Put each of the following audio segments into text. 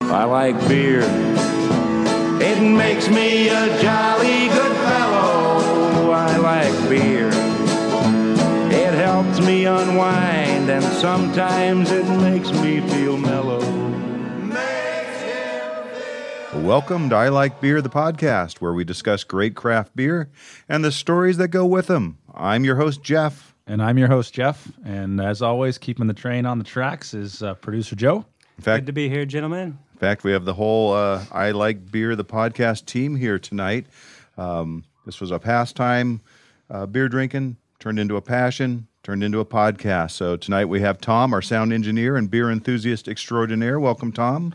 I like beer. It makes me a jolly good fellow. I like beer. It helps me unwind, and sometimes it makes me feel mellow. Welcome to I Like Beer, the podcast where we discuss great craft beer and the stories that go with them. I'm your host, Jeff. And I'm your host, Jeff. And as always, keeping the train on the tracks is uh, producer Joe. In fact, Good to be here, gentlemen. in fact, we have the whole uh, I Like Beer, the podcast team here tonight. Um, this was a pastime. Uh, beer drinking turned into a passion, turned into a podcast. So tonight we have Tom, our sound engineer and beer enthusiast extraordinaire. Welcome, Tom.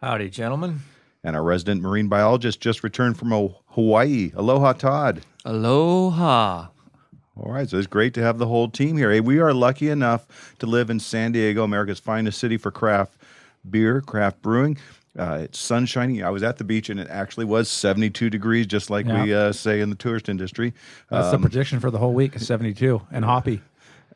Howdy, gentlemen. And our resident marine biologist just returned from O- Hawaii. Aloha, Todd. Aloha. All right, so it's great to have the whole team here. Hey, we are lucky enough to live in San Diego, America's finest city for craft beer, craft brewing. Uh, it's sunshiny. I was at the beach and it actually was 72 degrees, just like we uh, say in the tourist industry. Uh, That's the prediction for the whole week is 72 and hoppy.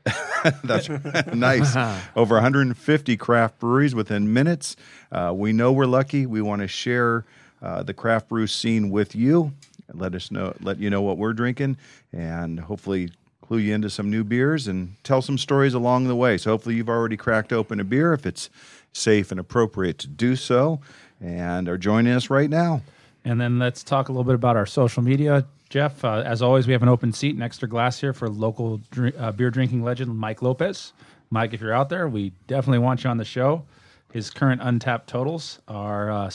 that's nice. Uh-huh. Over 150 craft breweries within minutes. Uh, we know we're lucky. We want to share uh, the craft brew scene with you. Let us know. Let you know what we're drinking, and hopefully clue you into some new beers and tell some stories along the way. So hopefully you've already cracked open a beer if it's safe and appropriate to do so, and are joining us right now. And then let's talk a little bit about our social media. Jeff, uh, as always, we have an open seat and extra glass here for local drink, uh, beer drinking legend Mike Lopez. Mike, if you're out there, we definitely want you on the show. His current untapped totals are uh,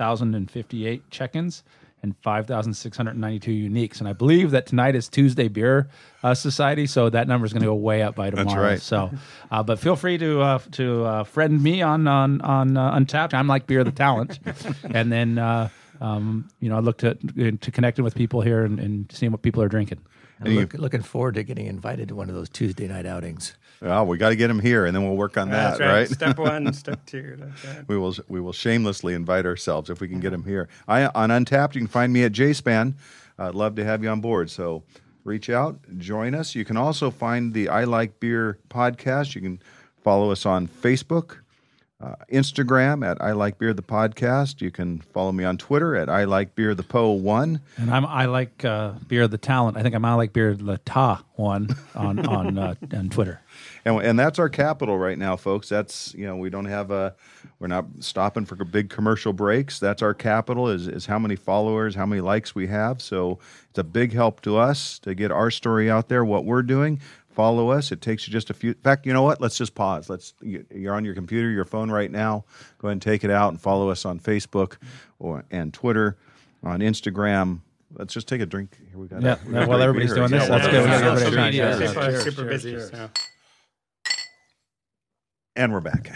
7,058 check ins and 5,692 uniques. And I believe that tonight is Tuesday Beer uh, Society, so that number is going to go way up by tomorrow. right. So, uh, but feel free to uh, to uh, friend me on on on uh, Untapped. I'm like beer the talent, and then uh, um, you know I look to to connecting with people here and, and seeing what people are drinking. I'm look- looking forward to getting invited to one of those Tuesday night outings. Oh, we got to get him here, and then we'll work on that. That's right. Step one, step two. That's right. We will we will shamelessly invite ourselves if we can get them here. I on Untapped. You can find me at JSpan. I'd love to have you on board. So reach out, join us. You can also find the I Like Beer podcast. You can follow us on Facebook, uh, Instagram at I Like Beer the podcast. You can follow me on Twitter at I Like Beer the Po one. And I'm I like uh, beer the talent. I think I'm I like beer the ta one on on uh, on Twitter. and and that's our capital right now, folks. That's you know we don't have a we're not stopping for big commercial breaks. That's our capital is is how many followers, how many likes we have. So it's a big help to us to get our story out there, what we're doing. Follow us. It takes you just a few. In fact, you know what? Let's just pause. Let's. you- You're on your computer, your phone right now. Go ahead and take it out and follow us on Facebook, or and Twitter, on Instagram. Let's just take a drink. Here we got. Yeah, we got while great everybody's beer. doing this, Yeah, let's we're go. We back. gotta get Social everybody- media is Cheers, super- cheers, super cheers, busy cheers. right now. And we're back.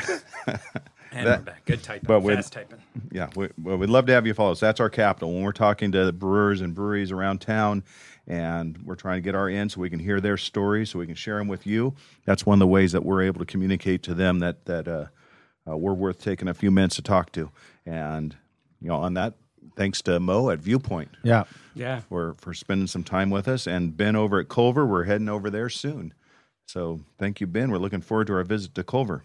And That- we're back. Good typing. but with- Fast typing. Yeah, we, well, we'd love to have you follow us. That's our capital. When we're talking to brewers and breweries around town, and we're trying to get our in so we can hear their stories, so we can share them with you. That's one of the ways that we're able to communicate to them that that uh, uh, we're worth taking a few minutes to talk to. And you know, on that, thanks to Mo at Viewpoint Yeah. Yeah. for for spending some time with us, and Ben over at Culver. We're heading over there soon, so thank you, Ben. We're looking forward to our visit to Culver.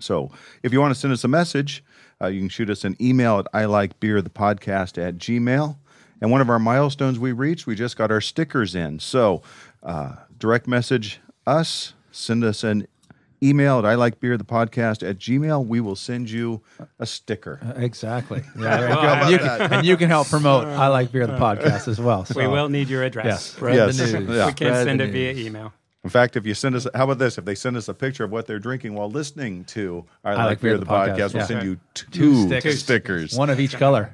So, if you want to send us a message, uh, you can shoot us an email at I like beer the podcast at gmail. And one of our milestones we reached, we just got our stickers in. So, uh, direct message us, send us an email at I like beer the podcast at gmail. We will send you a sticker. Exactly. Yeah, there you go. And you can, and you can help promote I Like Beer the podcast as well. So. We will need your address. Yes. Spread Yes. the news. Yeah. We can Spread send the it via news. email. In fact, if you send us, how about this? If they send us a picture of what they're drinking while listening to I, like, Beer, the podcast, we'll yeah. send you two, stickers. stickers. One of each color.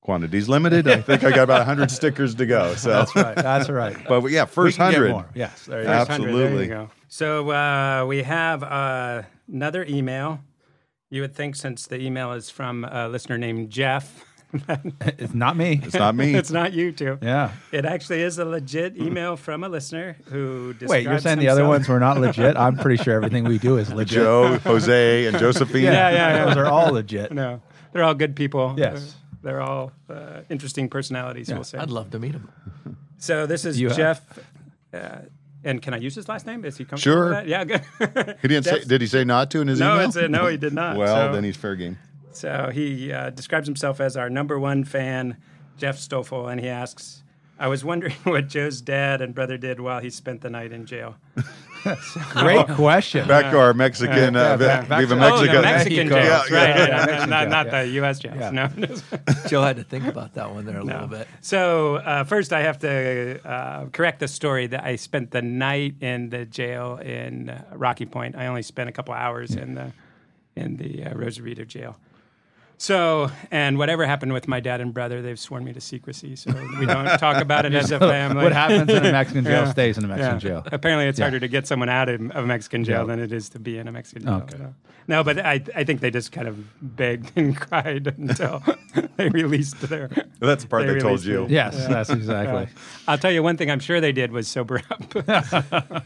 Quantities limited. I think I got about 100 stickers to go. So, That's right. That's right. but yeah, first We can get 100. more. Yes. There you go. First 100, there you Absolutely. go. So uh, we have uh, another email. You would think since the email is from a listener named Jeff, It's not me. It's not me. it's not you two. Yeah. It actually is a legit email from a listener who. Wait, you're describes saying the other himself- ones were not legit? I'm pretty sure everything we do is legit. Joe, Jose, and Josephine. Yeah, yeah, yeah. Those are all legit. No, they're all good people. Yes. They're, they're all uh, interesting personalities, we'll say. I'd love to meet him. So this is You have- Jeff. Uh, And can I use his last name? Is he comfortable Sure. with that? Yeah, good. He didn't say. That's- Did he say not to in his no, email? it's a, no, he did not. Well, So- then he's fair game. So he uh, describes himself as our number one fan, Jeff Stoffel, and he asks, I was wondering what Joe's dad and brother did while he spent the night in jail. Great question. Back to our Mexican. uh, back- back we have a to- Oh, Mexican. the Mexican Mexico. jails, Yeah, right. yeah, yeah, yeah, not- Mexican not, jail, not yeah. the U.S. jails, no. Joe had to think about that one there a little bit. So uh, first, I have to uh, correct the story that I spent the night in the jail in uh, Rocky Point. I only spent a couple hours in the in the uh, Rosarito jail. So, and whatever happened with my dad and brother, they've sworn me to secrecy, so we don't talk about it as a family. What happens in a Mexican jail stays in a Yeah. Mexican jail. Apparently, it's Yeah. harder to get someone out of a Mexican jail Yeah. than it is to be in a Mexican jail. Okay. so. No, but I, I think they just kind of begged and cried until they released their. That's the part They they told released you. me. Yes, that's exactly. I'll tell you one thing I'm sure they did was sober up.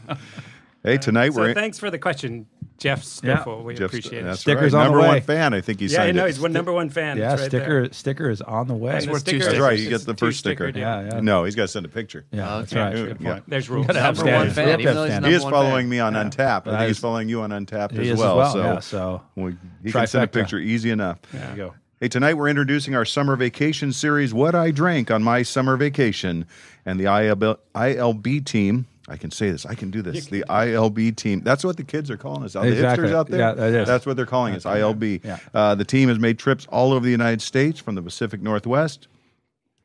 Hey, tonight we're so thanks for the question, Jeff Stoffel. We Jeff's- appreciate that's it. Stickers right. on the number way. one fan. I think he Yeah, signed you know, it. he's one number one fan. Yeah, It's right there. sticker sticker is on the way. And the worth two sticker- stickers. That's right. You get it's the two first sticker. sticker. Yeah, yeah. No, he's got to send a picture. Yeah, that's Okay. right. Ooh, yeah. There's rules. gotta have Number one standards. fan. fan, even even though he's though He number is one following fan. me on Untapped. I think he's is- following you on Untapped He as is well. so yeah, so we, he can send a Trifecta. picture easy enough. there you go. Hey, tonight we're introducing our summer vacation series, What I Drank on My Summer Vacation. And the ILB, ILB team, I can say this, I can do this. The ILB team, that's what the kids are calling us. Out. Exactly. The hipsters out there, Yeah, that is. that's what they're calling us, ILB. Yeah. Uh, the team has made trips all over the United States from the Pacific Northwest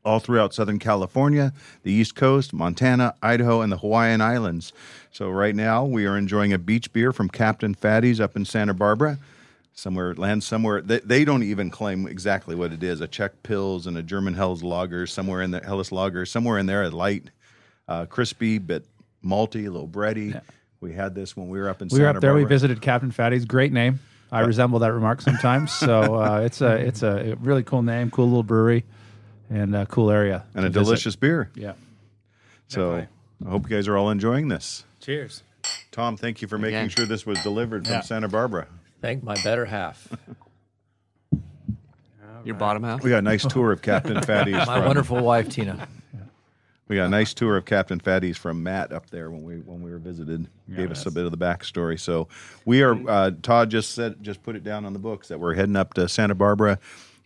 all throughout Southern California, the East Coast, Montana, Idaho, and the Hawaiian Islands. So, right now, we are enjoying a beach beer from Captain Fatty's up in Santa Barbara. Somewhere, land somewhere. They, they don't even claim exactly what it is a Czech Pills and a German Hell's Lager, somewhere in the Hellas Lager, somewhere in there, a light, uh, crispy, but malty, a little bready. We had this when we were up in We Santa were up there. We Barbara. visited Captain Fatty's. Great name. I resemble that remark sometimes. so uh, it's a it's a really cool name, cool little brewery, and a cool area And a to visit. delicious beer. Yeah. So, I hope you guys are all enjoying this. Cheers. Tom, thank you for making Again. sure this was delivered from Santa Barbara. Thank my better half. Your bottom half. We got a nice tour of Captain Fatty's. My from, wonderful wife, Tina. we got a nice tour of Captain Fatty's from Matt up there when we when we were visited. Gave us a bit of the backstory. So we are. Mm-hmm. Uh, Todd just said just put it down on the books that we're heading up to Santa Barbara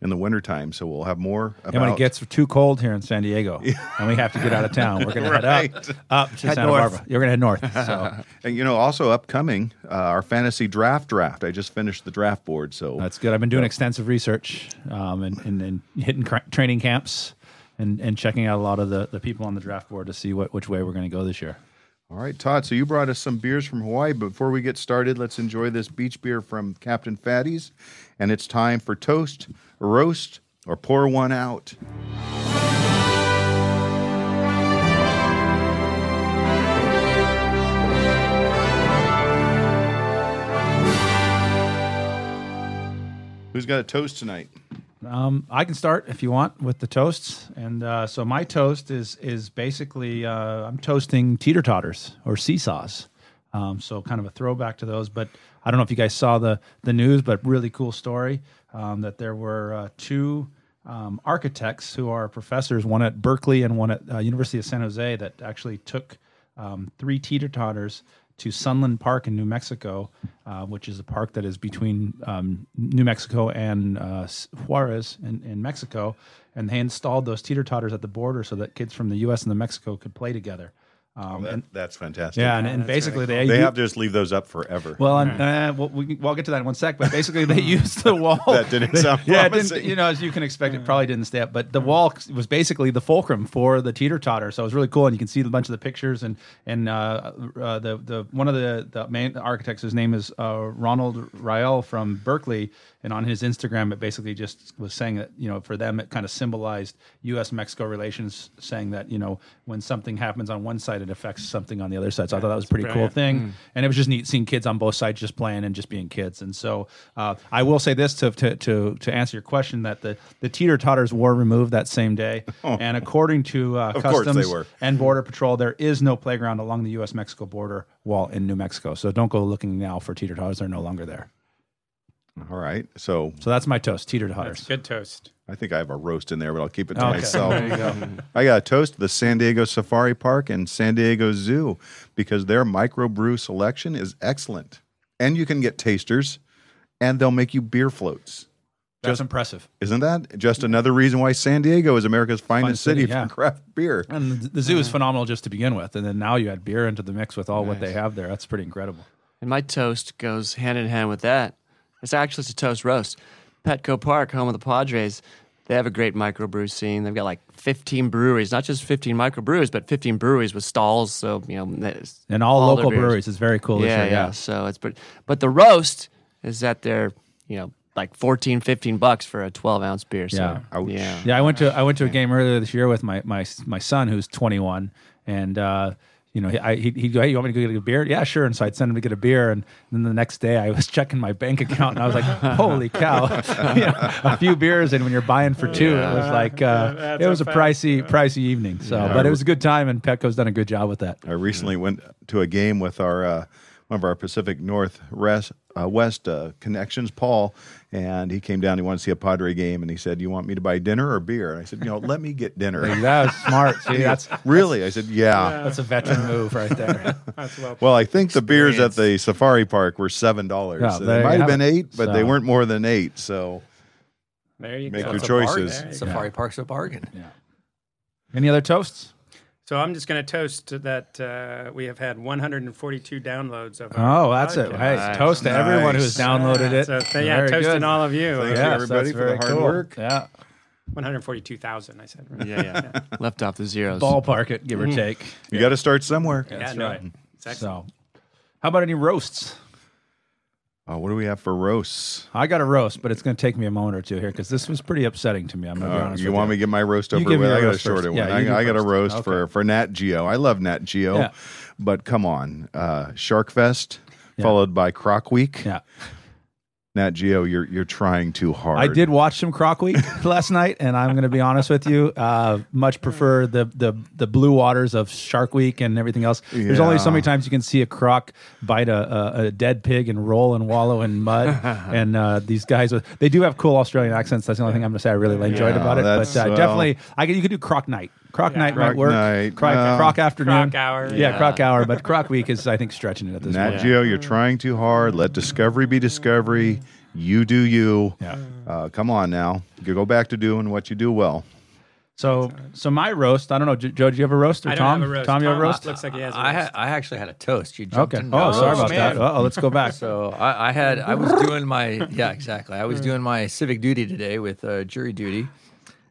in the wintertime. So we'll have more about. And when it gets too cold here in San Diego, and we have to get out of town, we're going to head up, Right. up to Santa north. Barbara. You're going to head north. So and you know also upcoming uh, our fantasy draft draft. I just finished the draft board. So that's good. I've been doing extensive research um, and, and, and hitting cra- training camps and, and checking out a lot of the, the people on the draft board to see what which way we're going to go this year. all right, Todd. So you brought us some beers from Hawaii. But before we get started, let's enjoy this beach beer from Captain Fatty's, and it's time for toast, roast, or pour one out. Who's got a toast tonight? Um, I can start if you want with the toasts, and uh, so my toast is is basically uh, I'm toasting teeter totters or seesaws, um, so kind of a throwback to those. But I don't know if you guys saw the the news, but really cool story um, that there were uh, two um, architects who are professors, one at Berkeley and one at uh, University of San Jose, that actually took um, three teeter totters to Sunland Park in New Mexico, uh, which is a park that is between um, New Mexico and uh, S- Juarez in, in Mexico. And they installed those teeter totters at the border so that kids from the U.S. and the Mexico could play together. Um, and, That's fantastic. yeah, and, and basically they they have to just leave those up forever. well, and, uh, well, we, we'll get to that in one sec. But basically, they used the wall. That didn't sound yeah, it promising. didn't, you know, as you can expect, it probably didn't stay up. But the wall was basically the fulcrum for the teeter totter, so it was really cool. And you can see a bunch of the pictures and and uh, uh, the the one of the the main architects, his name is uh, Ronald Rael from Berkeley, and on his Instagram, it basically just was saying that you know for them it kind of symbolized U.S. Mexico relations, saying that you know when something happens on one side, it affects something on the other side. So I thought that was a pretty cool brilliant. thing thing. Mm. And it was just neat seeing kids on both sides just playing and just being kids. And so uh, I will say this to, to, to, to answer your question that the, the teeter totters were removed that same day. And according to uh, Oh. course they Customs were. and Border Patrol, there is no playground along the U.S. Mexico border wall in New Mexico. So don't go looking now for teeter totters. They're no longer there. All right. So So that's my toast teeter totters. That's good toast. I think I have a roast in there, but I'll keep it to Okay. myself. There you go. I got a toast to the San Diego Safari Park and San Diego Zoo because their microbrew selection is excellent. And you can get tasters and they'll make you beer floats. That's impressive. Isn't that just another reason why San Diego is America's finest city, city, yeah. for craft beer? And the the zoo is phenomenal just to begin with, and then now you add beer into the mix with all what they have there. That's pretty incredible. And my toast goes hand in hand with that. It's actually it's a toast roast. Petco Park, home of the Padres, they have a great microbrew scene. They've got like 15 breweries, not just 15 microbrews, but 15 breweries with stalls. So, you know, there's And all, their local beers. breweries is very cool. this Yeah, year, yeah. So it's pretty, but the roast is that they're, you know, like 14, 15 bucks for a 12 ounce beer. So, Yeah. Ouch. yeah. Yeah, I went to I went to a game earlier this year with my my my son who's 21, and uh, you know he- I, he'd, he'd go, "Hey, you want me to go get a beer?" Yeah, sure. And so I'd send him to get a beer, and then the next day I was checking my bank account, and I was like, "Holy cow!" you know, a few beers, and when you're buying for two, it was like uh, that's it was a a fact. pricey pricey evening. So, but it was a good time, and Petco's done a good job with that. I recently went to a game with our uh, one of our Pacific North rest, uh, West uh, connections, Paul, and he came down. He wanted to see a Padre game, and he said, "You want me to buy dinner or beer?" And I said, "You know, let me get dinner." That was smart. See, that's really? I said, "Yeah." that's a veteran move right there. That's well. Well, I think the beers at the safari park were seven dollars. Yeah, there they you might have have been it. eight, but they So- weren't more than eight. So there you make go. your It's a choices. bargain. There you go. Safari Park's a bargain. Any other toasts? So I'm just going to toast to that uh, we have had 142 downloads of. our Oh, that's it. podcast. Hey, toast to everyone who's Nice. downloaded it. So th- yeah, Very toasting good. all of you. Thank Yeah. you, everybody, that's for the very hard work. Yeah, 142,000. I said. Right? Yeah, yeah. Left off the zeros. ballpark it, give Mm-hmm. or take. you got to start somewhere. yeah, no, it's excellent. So, how about any roasts? Uh, what do we have for roasts? I got a roast, but it's going to take me a moment or two here because this was pretty upsetting to me. I'm going to be Uh, honest. you with want me you. to get my roast You over give me with? your I got a roast shorter first. one. Yeah, you do I, I got a first. roast Okay. for, for Nat Geo. I love Nat Geo, Yeah. but come on, uh, Sharkfest followed by Croc Week. Yeah, Nat Geo, you're you're trying too hard. I did watch some Croc Week last night, and I'm going to be honest with you. Uh, much prefer the the the blue waters of Shark Week and everything else. There's only so many times you can see a croc bite a, a, a dead pig and roll and wallow in mud. and uh, these guys, with, they do have cool Australian accents. That's the only thing I'm going to say I really enjoyed Yeah, about it. But that's- uh, well- definitely, I could, you could do Croc Night. Croc Night Croc might work. Night, uh, croc, no. croc afternoon. Croc hour, Yeah, yeah. Croc hour. But Croc Week is, I think, stretching it at this Nat point. Geo, you're trying too hard. Let discovery be discovery. You do you. Yeah. Uh, come on now. You go back to doing what you do well. So, so my roast. I don't know, J- Joe. Do you have a roast or I don't Tom? have a roast. Tom, you have a Tom roast? Looks like he has a I, roast. ha- I actually had a toast. You jumped Okay. in. Oh, sorry Oh, about that. man. Oh, let's go back. So I, I had I was doing my yeah exactly I was doing my civic duty today with uh, jury duty,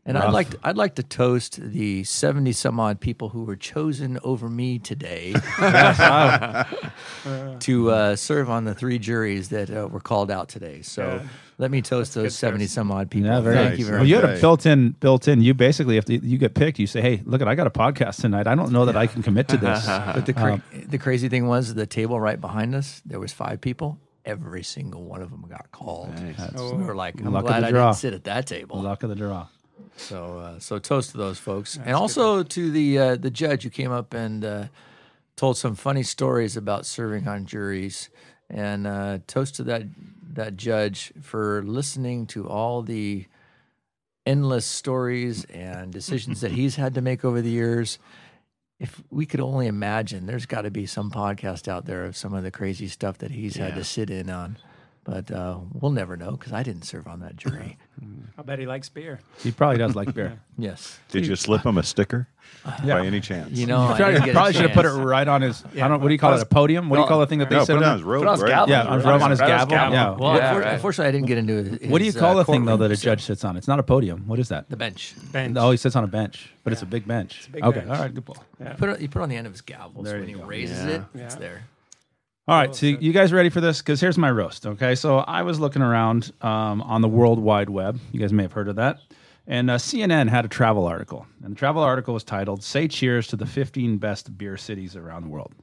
and I'd like to, I'd like to toast the seventy some odd people who were chosen over me today to uh, serve on the three juries that uh, were called out today. So let me toast those seventy some odd people. Yeah, very Thank nice. you very well, you had much. a Okay. built-in, built-in. You basically, if you get picked, you say, "Hey, look, I got a podcast tonight. I don't know that I can commit to this." But the cra- Uh-huh. the crazy thing was the table right behind us. There was five people. Every single one of them got called. So we were like, I'm Luck of glad the I draw. didn't sit at that table. Luck of the draw. So, uh, so toast to those folks, and also to the uh, the judge who came up and uh, told some funny stories about serving on juries, and uh, toast to that that judge for listening to all the endless stories and decisions that he's had to make over the years. If we could only imagine, there's got to be some podcast out there of some of the crazy stuff that he's had to sit in on. But uh, we'll never know because I didn't serve on that jury. I'll bet he likes beer. He probably does like beer. yes. Did you slip him a sticker by any chance? You know, I Probably, didn't get a probably should have put it chance. right on his. I don't. What do you call it? A podium? What do you call the thing that they no, sit put it on on? his robe, Put it on his right? gavel. Yeah, on, on his Right on his gavel. gavel. Yeah. Well, Yeah, unfor- right. unfortunately, I didn't get into. His, what do you call uh, the thing though courtroom, that a so- judge sits on? It's not a podium. What is that? The bench. Bench. Oh, he sits on a bench, but it's a big bench. big okay, bench. all right, good ball. You put it. You put it on the end of his gavel. so There when he you go. raises it, it's there. All right, so you guys ready for this? Because here's my roast. Okay, so I was looking around um, on the World Wide Web. You guys may have heard of that. And uh, CNN had a travel article, and the travel article was titled "Say Cheers to the 15 Best Beer Cities Around the World."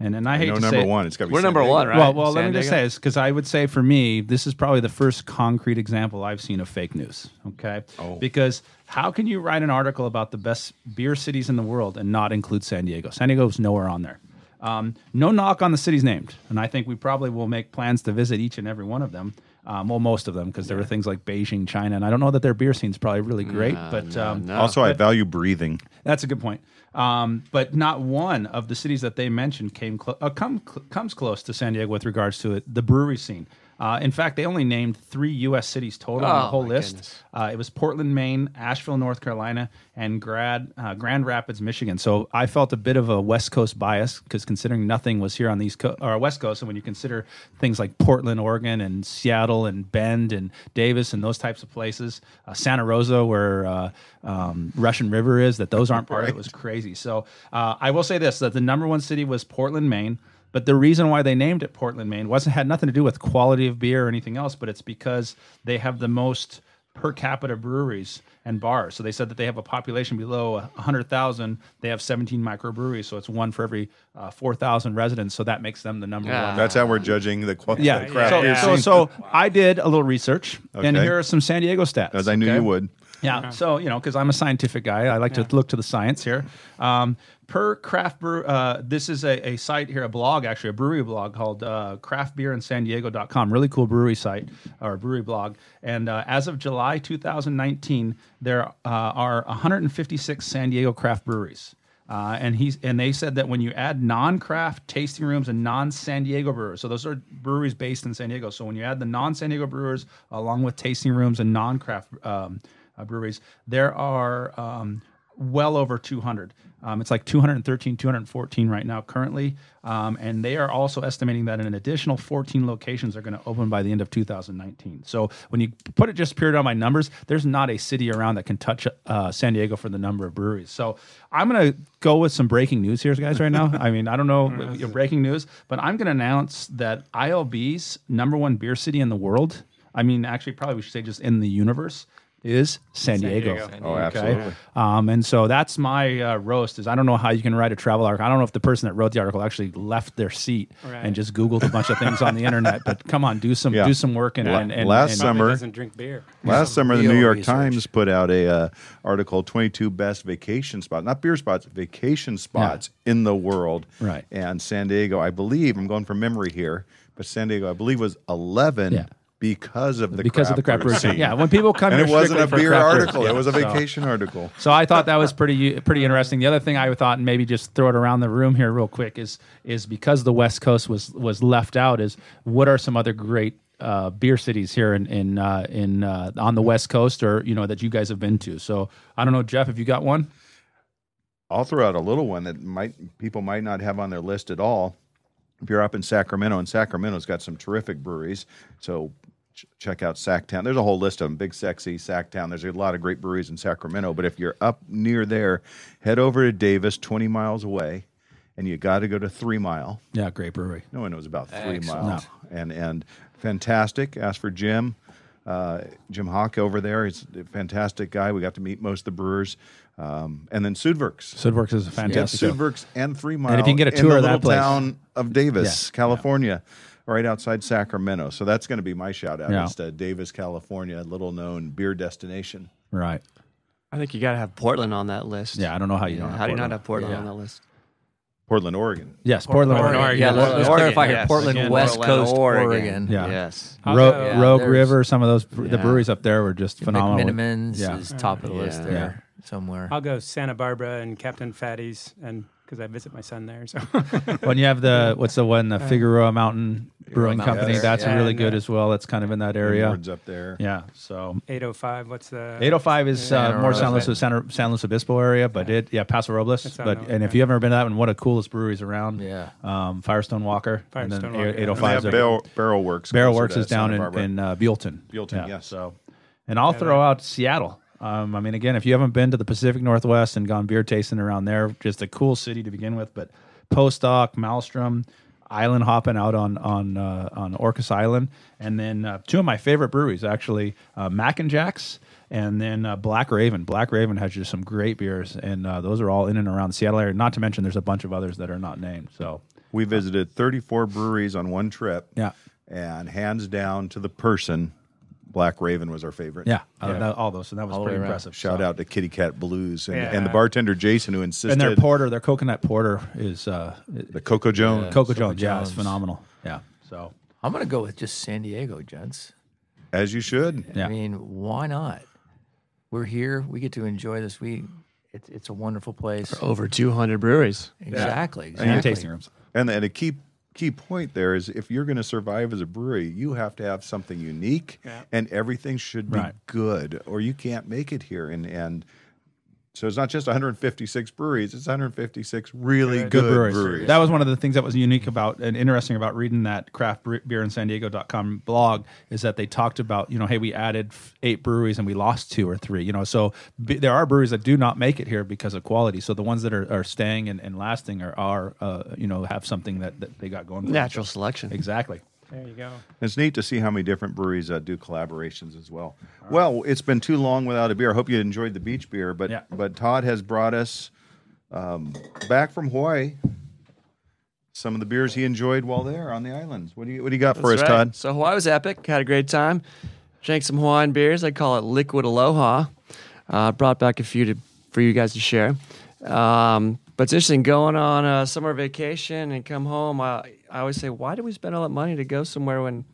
And and I, hate No, to number say, one. It's got to be We're San number Diego. one, right? Well, well, let San me just Diego? say this because I would say for me, this is probably the first concrete example I've seen of fake news. Okay, oh. because how can you write an article about the best beer cities in the world and not include San Diego? San Diego's nowhere on there. Um, no knock on the cities named, and I think we probably will make plans to visit each and every one of them. Um, well, most of them, because there were things like Beijing, China, and I don't know that their beer scene's probably really great, but um, no. Also, I value breathing. that's a good point. Um, but not one of the cities that they mentioned came clo- uh, come cl- comes close to San Diego with regards to it, the brewery scene. Uh, in fact, they only named three U.S. cities total on the Oh, whole my list. goodness. Uh, it was Portland, Maine, Asheville, North Carolina, and Grad, uh, Grand Rapids, Michigan. So I felt a bit of a West Coast bias because considering nothing was here on the East Coast or West Coast, and when you consider things like Portland, Oregon, and Seattle, and Bend, and Davis, and those types of places, uh, Santa Rosa, where uh, um, Russian River is, that those aren't part of it was crazy. So uh, I will say this: that the number one city was Portland, Maine. But the reason why they named it Portland, Maine wasn't had nothing to do with quality of beer or anything else, but it's because they have the most per capita breweries and bars. So they said that they have a population below 100,000. They have 17 microbreweries, so it's one for every uh, 4,000 residents. So that makes them the number Yeah. one. That's how we're judging the, qu- Yeah. the craft so, beer so, scene. so I did a little research, and Okay. here are some San Diego stats. As I knew okay? you would. Yeah. So you know, because I'm a scientific guy, I like to look to the science here. Um, per craft brew, uh, this is a, a site here, a blog actually, a brewery blog called uh, craftbeerinsandiego.com. Really cool brewery site or brewery blog. And uh, as of July 2019, there uh, are 156 San Diego craft breweries. Uh, and he's and they said that when you add non-craft tasting rooms and non-San Diego brewers, so those are breweries based in San Diego. So when you add the non-San Diego brewers along with tasting rooms and non-craft um, uh, breweries, there are um, well over 200. Um, it's like 213, 214 right now currently, um, and they are also estimating that an additional 14 locations are going to open by the end of 2019. So when you put it just pure on my numbers, there's not a city around that can touch uh, San Diego for the number of breweries. So I'm going to go with some breaking news here, guys. Right now, I mean, I don't know if you're breaking news, but I'm going to announce that ILB's number one beer city in the world. I mean, actually, probably we should say just in the universe is San, Diego. Diego. Oh, absolutely. Um, and so that's my uh, roast. Is I don't know how you can write a travel article. I don't know if the person that wrote the article actually left their seat Right. and just Googled a bunch of things on the internet. But come on, do some Yeah. do some work and, La- and, and last and- summer- Probably doesn't drink beer. Last summer, the real New York research. Times put out a uh, article: "22 Best Vacation Spots, not beer spots, vacation spots in the world." Right. And San Diego, I believe, I'm going from memory here, but San Diego, I believe, was 11 Yeah. because of the because of the crap brewery. scene. Yeah, when people come and here it wasn't a strictly beer for craft brews. article; Yeah, it was a so- vacation article. So I thought that was pretty pretty interesting. The other thing I thought, and maybe just throw it around the room here real quick, is is because the West Coast was was left out. Is what are some other great uh, beer cities here in in uh, in uh, on the West Coast, or you know that you guys have been to? So I don't know, Jeff, have you got one? I'll throw out a little one that might people might not have on their list at all. If you're up in Sacramento, and Sacramento's got some terrific breweries, so ch- check out Sacktown. There's a whole list of them: Big Sexy, Sacktown. There's a lot of great breweries in Sacramento. But if you're up near there, head over to Davis, 20 miles away, and you got to go to Three Mile. Yeah, great brewery. No one knows about Three Mile, and and fantastic. Ask for Jim, uh, Jim Hawk over there. He's a fantastic guy. We got to meet most of the brewers, um, and then Sudverks. Sudworks is a Yeah, fantastic. show. Sudverks and Three Mile. if you can get a in tour the of that little place. town of Davis, California, right outside Sacramento. So that's going to be my shout out. Yeah. It's to Davis, California, little known beer destination. Right. I think you got to have Portland on that list. Yeah, I don't know how you don't. How have do you not Portland. have Portland on that list? Portland, Oregon. Yes, Portland, Oregon. Oregon. Yeah, let, Portland, us Oregon, clarify here. yes. Portland, Again, West Portland, Coast, Oregon. Oregon. Yeah. Yes. Ro- Yeah, Rogue there's- River. Some of those the Yeah. breweries up there were just phenomenal. McMinimans Yeah. is top of the list Yeah. there somewhere. I'll go Santa Barbara and Captain Fatty's, and because I visit my son there. So when you have the what's the one the Figueroa Mountain Brewing Mountain, Company, yes. that's Yeah, really and, good uh, as well. That's kind of in that area. Edwards up there. Yeah, so 805. What's the 805 is uh, Santa more Rosa. San Luis, San, San Luis Obispo area, but it yeah Paso Robles. It's on But the- and if you haven't been to that one, one of the coolest breweries around. Yeah. um, Firestone Walker, Firestone and then Walker. eight- And they 805 have 's up- barrel, barrel Works. Barrel closer Works to is down Santa in, Barbara. in uh, Buellton. Buellton, Yeah, yes. So, and I'll throw out Seattle. Um, I mean, again, if you haven't been to the Pacific Northwest and gone beer tasting around there, just a cool city to begin with. But Postdoc, Maelstrom, island hopping out on on uh, on Orcas Island, and then uh, two of my favorite breweries actually, uh, Mac and Jacks. And then uh, Black Raven. Black Raven has just some great beers, and uh, those are all in and around the Seattle area. Not to mention, there's a bunch of others that are not named. So, We visited 34 breweries on one trip. Yeah. And hands down to the person, Black Raven was our favorite. yeah, uh, that- all those. So that was pretty impressive. Shout out to Kitty Cat Blues and, Yeah. and the bartender Jason who insisted and their porter, their coconut porter is uh, the Coco Jones. Coco Jones. Yeah, it's phenomenal. Yeah. So I'm going to go with just San Diego, gents. As you should. Yeah. I mean, why not? We're here. We get to enjoy this. We, it's it's a wonderful place. Over 200 breweries. Exactly. exactly. And your tasting rooms. And and a key key point there is if you're going to survive as a brewery, you have to have something unique, and everything should be Right. good, or you can't make it here. And and so it's not just 156 breweries; it's 156 really good, breweries. That was one of the things that was unique about and interesting about reading that craftbeerinsandiego.com blog is that they talked about, you know, hey, we added f- eight breweries and we lost two or three, you know. So b- there are breweries that do not make it here because of quality. So the ones that are, are staying and, and lasting are, are uh, you know, have something that, that they got going. for them. Natural selection. Exactly. There you go. It's neat to see how many different breweries uh, do collaborations as well. Well, it's been too long without a beer. I hope you enjoyed the beach beer, but Yeah. but Todd has brought us um, back from Hawaii some of the beers he enjoyed while there on the islands. What do you what do you got for us, That's right. Todd? So Hawaii was epic. Had a great time. Drank some Hawaiian beers. I call it Liquid Aloha. Uh, brought back a few to, for you guys to share. Um, but it's interesting going on a summer vacation and come home. I, I always say, why do we spend all that money to go somewhere when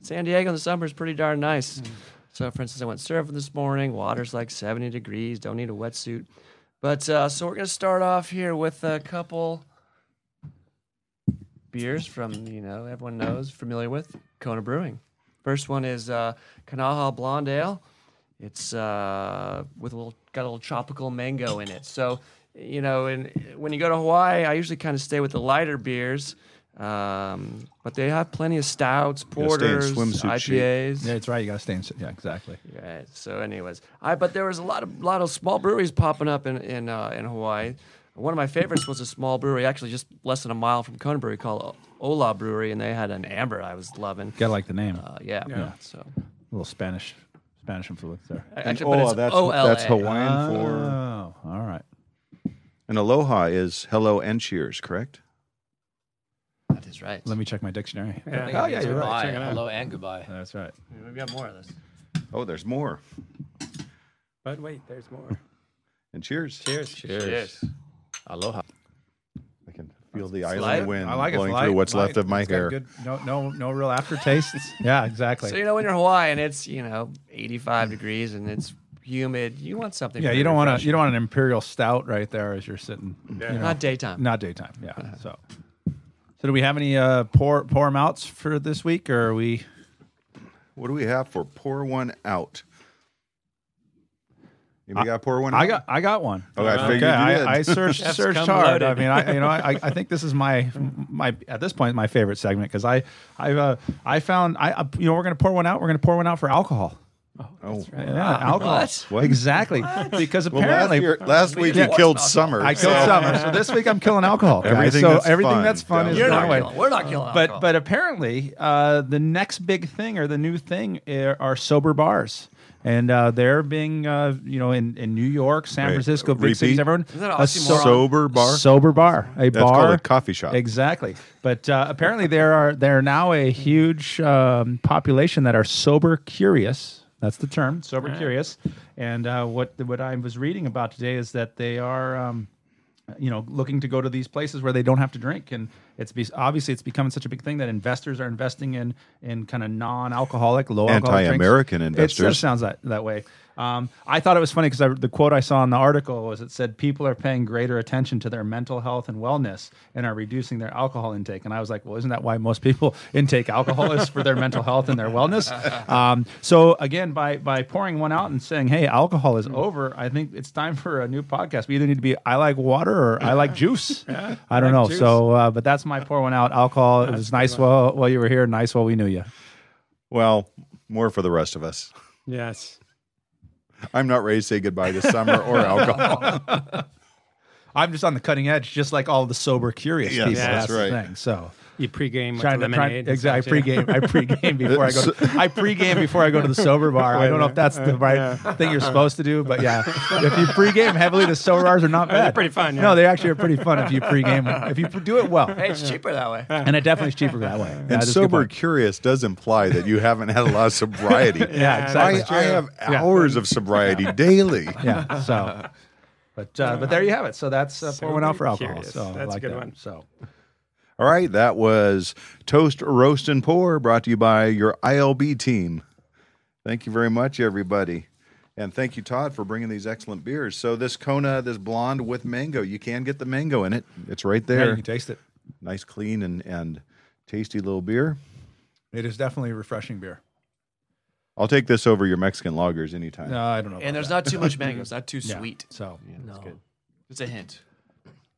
San Diego in the summer is pretty darn nice? Hmm. So, for instance, I went surfing this morning. Water's like 70 degrees. Don't need a wetsuit. But uh, so we're going to start off here with a couple beers from you know everyone knows familiar with Kona Brewing. First one is uh, Kanaha Blonde Ale. It's uh, with a little got a little tropical mango in it. So you know, and when you go to Hawaii, I usually kind of stay with the lighter beers, um, but they have plenty of stouts, stay in porters, swimsuit shape. IPAs. Yeah, that's right. You got to stay in. Yeah, exactly. Right. So, anyways, I but there was a lot of lot of small breweries popping up in in uh, in Hawaii. One of my favorites was a small brewery, actually just less than a mile from Kona Brewery, called Ola Brewery, and they had an amber I was loving. Got to like the name. Uh, yeah. Yeah. So a little Spanish Spanish influence there. actually, but oh, it's that's OLA. that's Hawaiian for Oh, all right. and aloha is hello and cheers, correct? That is right. Let me check my dictionary. Yeah. Oh yeah, you're you're right. Check it out. Hello and goodbye. That's right. we got more of this. Oh, there's more But wait, there's more. and cheers. Cheers. Cheers. Aloha. I can feel the light. island wind I like it. blowing It's light. through what's Light. left of my It's got hair. Good, no, no, no real aftertaste. yeah, exactly. So you know when you're in Hawaii and it's you know 85 degrees and it's humid, you want something. yeah, you don't want to. You don't want an imperial stout right there as you're sitting. you know, Not daytime. not daytime. Yeah. So, so do we have any uh, pour pour 'em outs for this week, or are we? What do we have for pour one out? Anybody got pour one out? I got I got one. Okay, Oh, I figured you did. I, I searched searched come hard. loaded. I mean, I you know, I, I think this is my my at this point my favorite segment because I I uh, I found I uh, you know we're gonna pour one out. We're gonna pour one out for alcohol. Oh. Yeah, alcohol. Ah, What? Exactly. Because Well, last, apparently year, last week you killed summer. I killed so- summer. So this week I'm killing alcohol. guys. Everything so that's everything fun, that's fun don't is you? You're going not away. killing, we're not killing alcohol. But but apparently uh, the next big thing or the new thing are, are sober bars. And uh, they're being, uh, you know, in, in New York, San Wait, Francisco, big repeat? cities, everyone. that an a so- oxymoron? Sober bar? Sober bar. A That's bar. called a coffee shop. Exactly. But uh, apparently there are there are now a huge um, population that are sober curious. That's the term, sober curious. And uh, what what I was reading about today is that they are. Um, you know, looking to go to these places where they don't have to drink, and it's be- obviously it's becoming such a big thing that investors are investing in in kind of non-alcoholic, low Anti-American It investors. sounds that that way. Um, I thought it was funny because the quote I saw in the article was it said people are paying greater attention to their mental health and wellness and are reducing their alcohol intake. And I was like, well, isn't that why most people intake alcohol is for their mental health and their wellness? Um, so again, by by pouring one out and saying, hey, alcohol is over, I think it's time for a new podcast. We either need to be I like water or I like juice. I don't know. juice. So, uh, but that's my pour one out. Alcohol. it was nice while while you were here. Nice while we knew you. Well, more for the rest of us. Yes. I'm not ready to say goodbye to summer or alcohol. I'm just on the cutting edge, just like all the sober, curious Yes, people. that's That's, the right. thing. So You pregame with trying to try, lemonade. and exactly. I such, yeah. pregame. I pregame before I go. To, I pregame before I go to the sober bar. I don't know if that's Uh, the right thing you're supposed to do, but yeah, if you pregame heavily, the sober bars are not bad. pretty fun, yeah. No, they actually are pretty fun if you pregame. If you do it well, hey, it's cheaper that way. and it definitely is cheaper that way. That and is a good sober point. curious does imply that you haven't had a lot of sobriety. Yeah, exactly. I, I have hours of sobriety daily. yeah. So, but uh, but there you have it. So that's uh, pouring out for alcohol. curious. So I That's a like good that. one. So All right, that was Toast, Roast, and Pour brought to you by your ILB team. Thank you very much, everybody. And thank you, Todd, for bringing these excellent beers. So this Kona, this blonde with mango, you can get the mango in it. It's right Yeah, you there. can taste it. nice, clean, and and tasty little beer. It is definitely a refreshing beer. I'll take this over your Mexican lagers anytime. Uh, No, I don't know. about And there's that. not too much mango. It's not too Yeah. sweet. So no. It's a hint.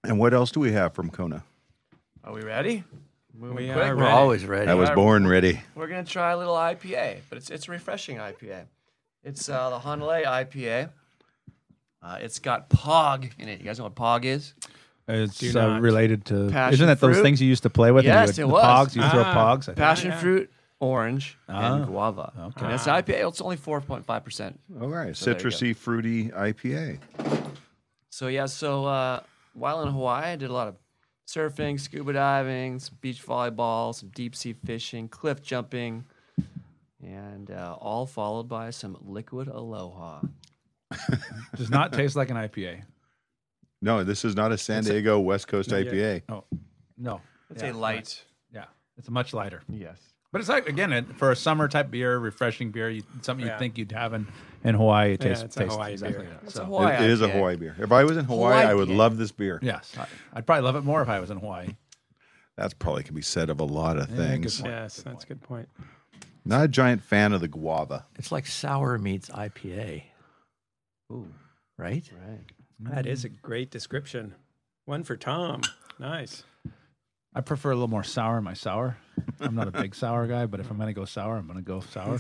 And what else do we have from Kona? Are we ready? We quick. are We're We're ready. always ready. I was born ready. We're gonna try a little IPA, but it's it's a refreshing IPA. It's uh, the Honolulu IPA. Uh, it's got POG in it. You guys know what POG is? it's Do uh, not. related to Passion isn't that those fruit? things you used to play with? and you Yes, would- it the was. Pogs, you throw Ah. pogs. I think. Passion fruit, orange, Ah, and guava. Okay, and it's an IPA. It's only four point five percent. All right, So there you go. citrusy, fruity IPA. So yeah, so uh, while in Hawaii, I did a lot of surfing, scuba diving, some beach volleyball, some deep sea fishing, cliff jumping, and uh, all followed by some liquid aloha. Does not taste like an IPA. No, this is not a San Diego West Coast IPA. Oh no, It's a light. yeah, it's much lighter. Yes. But it's like again it- for a summer type beer, refreshing beer, you, something Yeah. you'd think you'd have in, in Hawaii. It Yeah, tastes, it's a tastes Hawaii exactly beer. that. It's a So Hawaii. It- it is a IPA. Hawaii beer. If I was in Hawaii, Hawaii I would IPA. love this beer. yes, I, I'd probably love it more if I was in Hawaii. That's probably can be said of a lot of good things. point. Yes, that's a good point. Not a giant fan of the guava. It's like sour meets IPA. Ooh, right? Right. That is a Mm-hmm. great description. One for Tom. Nice. I prefer a little more sour in my sour. I'm not a big sour guy, but if I'm gonna go sour, I'm gonna go sour.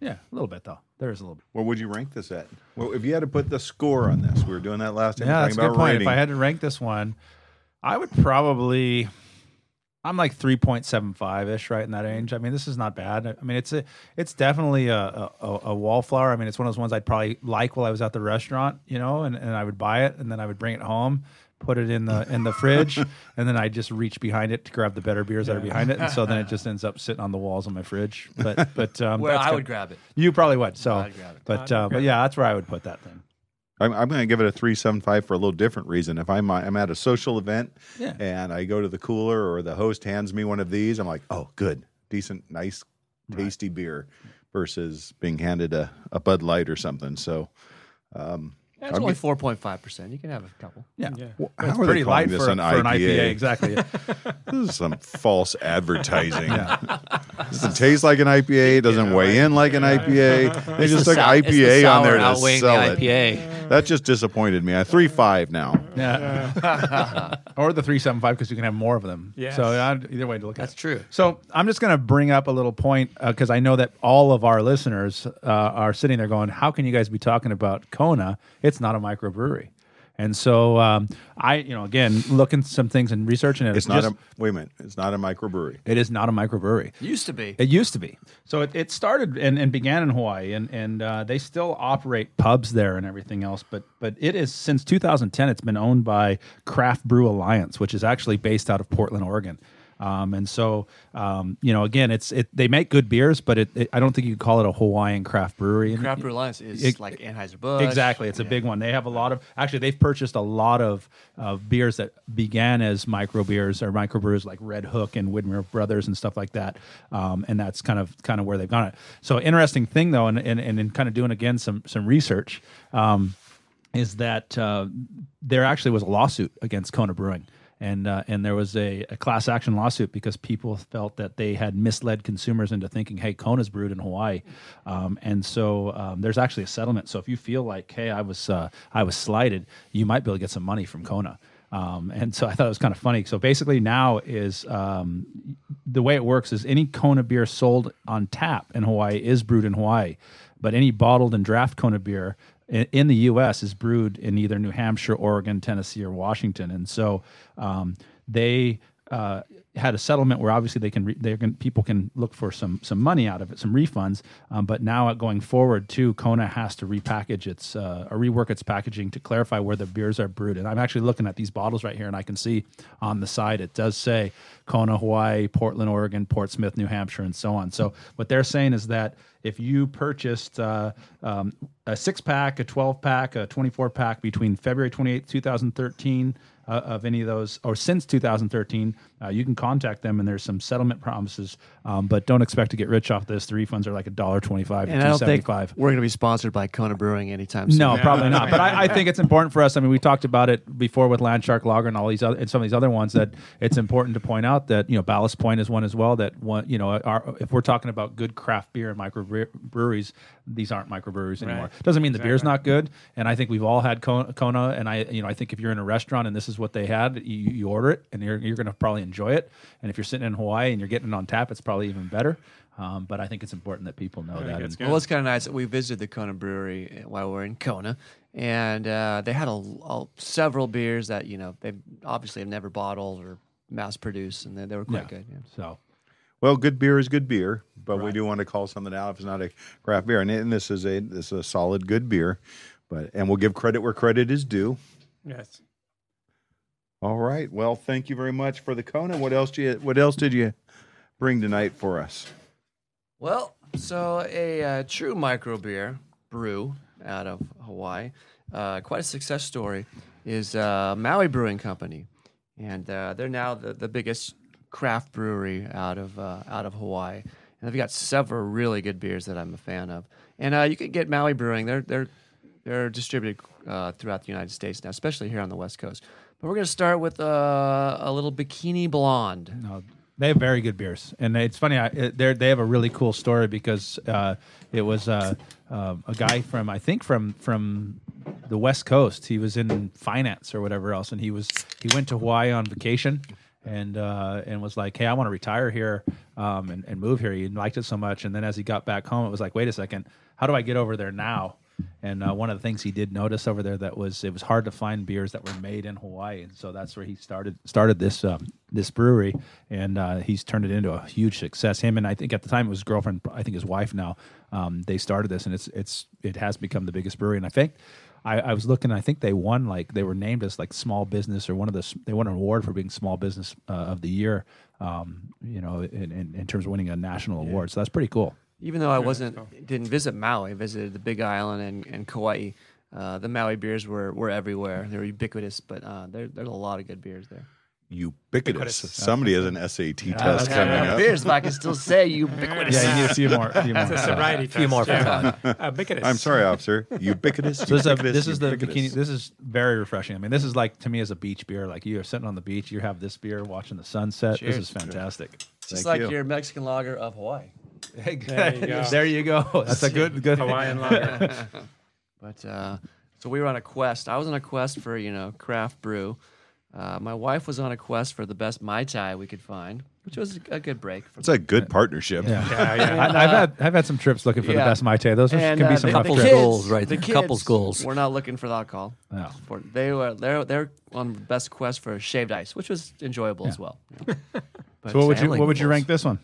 Yeah, a little bit though. There is a little bit. What would you rank this at? Well, if you had to put the score on this, we were doing that last time. Yeah, talking that's a good about point. rating. If I had to rank this one, I would probably. I'm like 3.75 ish, right in Mm-hmm. that range. I mean, this is not bad. I mean, it's a, it's definitely a, a, a a wallflower. I mean, it's one of those ones I'd probably like while I was at the restaurant, you know, and, and I would buy it and then I would bring it home, put it in the in the fridge, and then I just reach behind it to grab the better beers that are behind it, and so then it just ends up sitting on the walls on my fridge. But but um, Well, that's I good. would grab it. You probably would. So, I'd grab it. but uh, but yeah, that's where I would put that thing. I'm, I'm going to give it a three seven five for a little different reason. If I'm I'm at a social event Yeah. and I go to the cooler or the host hands me one of these, I'm like, oh, good, decent, nice, tasty beer, versus being handed a, a Bud Light or something. So Yeah, it's only four point five percent. You can have a couple. Yeah. well, It's how are they pretty calling light this for, an for an IPA? IPA, exactly. this is some false advertising. doesn't taste like an IPA. It doesn't weigh in like an IPA. They just The took sou- it's the IPA on sour there to outweighing the sell it. IPA. That just disappointed me. I three five now. Yeah. or the 375 because you can have more of them. Yes. So uh, either way to look That's at it. true. So I'm just going to bring up a little point because I know that all of our listeners uh, are sitting there going, how can you guys be talking about Kona? It's not a microbrewery. And so um, I, you know, again, looking some things and researching it. It's not just- a wait a minute. It's not a microbrewery. It is not a microbrewery. Used to be. It used to be. So it, it started and, and began in Hawaii, and and uh, they still operate pubs there and everything else. But but it is since 2010, it's been owned by Craft Brew Alliance, which is actually based out of Portland, Oregon. Um, and so um, you know, again, it's it, they make good beers, but it, it, I don't think you could call it a Hawaiian craft brewery. And- Craft Brew Alliance is It- like Anheuser Busch. Exactly, it's a big one. They have a lot of actually they've purchased a lot of of beers that began as micro beers or microbrews like Red Hook and Widmer Brothers and stuff like that. Um, and that's kind of kind of where they've gone. So interesting thing though, and and and in kind of doing again some some research. Um, is that uh, there actually was a lawsuit against Kona Brewing. And, uh, and there was a, a class action lawsuit because people felt that they had misled consumers into thinking, hey, Kona's brewed in Hawaii. Um, and so um, there's actually a settlement. So if you feel like, hey, I was, uh, I was slighted, you might be able to get some money from Kona. Um, and so I thought it was kind of funny. So basically, now is um, the way it works is any Kona beer sold on tap in Hawaii is brewed in Hawaii, but any bottled and draft Kona beer in, in the U.S. is brewed in either New Hampshire, Oregon, Tennessee, or Washington. And so um, they uh, had a settlement where obviously they can re- they can people can look for some some money out of it, some refunds. Um, but now going forward, too, Kona has to repackage its uh, or rework its packaging to clarify where the beers are brewed. And I'm actually looking at these bottles right here, and I can see on the side it does say Kona, Hawaii, Portland, Oregon, Portsmouth, New Hampshire, and so on. So what they're saying is that if you purchased uh, um, a six pack, a 12 pack, a 24 pack between February 28, 2013 uh, of any of those, or since 2013, uh, you can contact them, and there's some settlement promises. Um, but don't expect to get rich off this. The refunds are like a dollar twenty-five to And I two don't think seventy-five. we're going to be sponsored by Kona Brewing anytime soon. No, probably not. But I, I think it's important for us. I mean, we talked about it before with Landshark Logger and all these other, and some of these other ones that it's important to point out that you know Ballast Point is one as well. That one, you know, our, if we're talking about good craft beer and microbreweries, these aren't microbreweries anymore. Doesn't mean the beer's not good. And I think we've all had Kona, Kona, and I, you know, I think if you're in a restaurant and this is what they had, you, you order it and you're you're going to probably enjoy it. And if you're sitting in Hawaii and you're getting it on tap, it's probably even better. Um, but I think it's important that people know that. and- Well, it's kind of nice that we visited the Kona Brewery eh, while we were in Kona, and uh, they had a, a- several beers that you know they obviously have never bottled or mass produced, and they, they were quite good. Yeah. so Well, good beer is good beer, but we do want to call something out if it's not a craft beer. And, and this is a this is a solid good beer, but and we'll give credit where credit is due. Yes. All right. Well, thank you very much for the Kona. What else do you What else did you bring tonight for us? Well, so a uh, true micro beer brew out of Hawaii, uh, quite a success story, is uh, Maui Brewing Company, and uh, they're now the, the biggest craft brewery out of uh, out of Hawaii, and they've got several really good beers that I'm a fan of, and uh, you can get Maui Brewing. They're they're they're distributed uh, throughout the United States now, especially here on the West Coast. But we're gonna start with uh, a little Bikini Blonde. No, they have very good beers, and it's funny. I they they have a really cool story because uh, it was uh, uh, a guy from I think from from the West Coast. He was in finance or whatever else, and he was he went to Hawaii on vacation. And uh, and was like, hey, I want to retire here um, and, and move here. He liked it so much, and then as he got back home, it was like, wait a second, how do I get over there now? And uh, one of the things he did notice over there that was it was hard to find beers that were made in Hawaii, and so that's where he started started this um, this brewery, and uh, he's turned it into a huge success. Him and I think at the time it was his girlfriend, I think his wife now. Um, they started this, and it's it's it has become the biggest brewery, and I think. I, I was looking. I think they won like they were named as like small business or one of the s- they won an award for being small business uh, of the year. Um, you know, in, in, in terms of winning a national award, so that's pretty cool. even though I wasn't didn't visit Maui, I visited the Big Island and, and Kauai. Uh, the Maui beers were, were everywhere. They were ubiquitous, but uh, there, there's a lot of good beers there. Ubiquitous. Somebody has an SAT test coming Yeah, up. beers, if I can still say ubiquitous. Yeah, you need a few more. Few more. That's a sobriety test. few more for yeah. uh, ubiquitous. I'm sorry, officer. Ubiquitous. So this, is a, ubiquitous, this is the ubiquitous. bikini. This is very refreshing. I mean, this is like to me as a beach beer. Like you are sitting on the beach, you have this beer, watching the sunset. This is fantastic. Just Thank like you. your Mexican lager of Hawaii. There you go. you go. That's a good good. Hawaiian lager. But uh, so we were on a quest. I was on a quest for you know craft brew. Uh, my wife was on a quest for the best mai tai we could find, which was a good break. For It's a good partnership. Yeah, I, I've had I've had some trips looking for Yeah. the best mai tai. Those are- And, can uh, be some the rough couples trips. goals right the there. Couples kids goals. We're not looking for the alcohol. No. For- They were they're they're on the best quest for shaved ice, which was enjoyable as well. But So what would you family what would you goals. rank this one?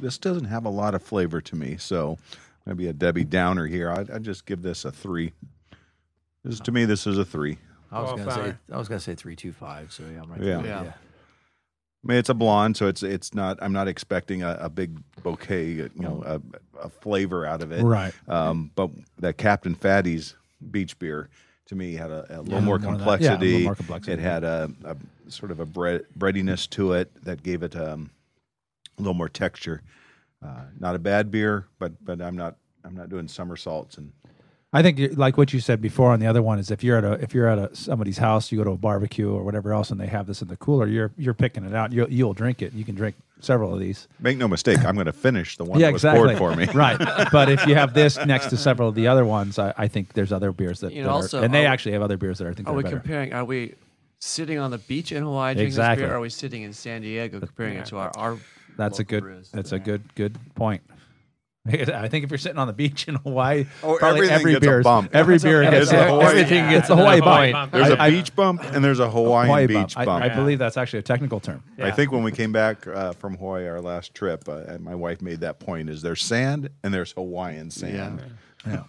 This doesn't have a lot of flavor to me, so I'm gonna be a Debbie Downer here. I'd, I'd just give this a three. This to me, this is a three. I was gonna say Wallflower. I was gonna say three two five. So yeah, I'm right. Yeah. there. Yeah. I mean, it's a blonde, so it's it's not. I'm not expecting a, a big bouquet, you know, a, a flavor out of it, Right. Um, but that Captain Fatty's beach beer to me had a, a little more more of that. Yeah, a little complexity. more complexity. It had a, a sort of a bread, breadiness to it that gave it um, a little more texture. Uh, not a bad beer, but but I'm not I'm not doing somersaults and I think you- like what you said before on the other one is if you're at a if you're at a somebody's house, you go to a barbecue or whatever else, and they have this in the cooler, you're you're picking it out. You'll, you'll drink it. You can drink several of these. make no mistake, I'm going to finish the one that was poured for me. right. But if you have this next to several of the other ones, I, I think there's other beers that, You that know, also, are, and they are we- actually have other beers that I think Are are we better. comparing? Are we sitting on the beach in Hawaii drinking Exactly. this beer? Or are we sitting in San Diego comparing it to our? our that's local a good. brews? That's a good good point. I think if you're sitting on the beach in Hawaii, Oh, probably everything every gets a beer, is- bump. every beer There's gets a Hawaii- everything Yeah, gets the there's Hawaii a Hawaii bump. bump. There's a I- I- beach bump and there's a Hawaiian Hawaii beach I- bump. I, believe that's actually a technical term. I think when we came back uh, from Hawaii, our last trip, uh, and my wife made that point: is there's sand and there's Hawaiian sand, Yeah.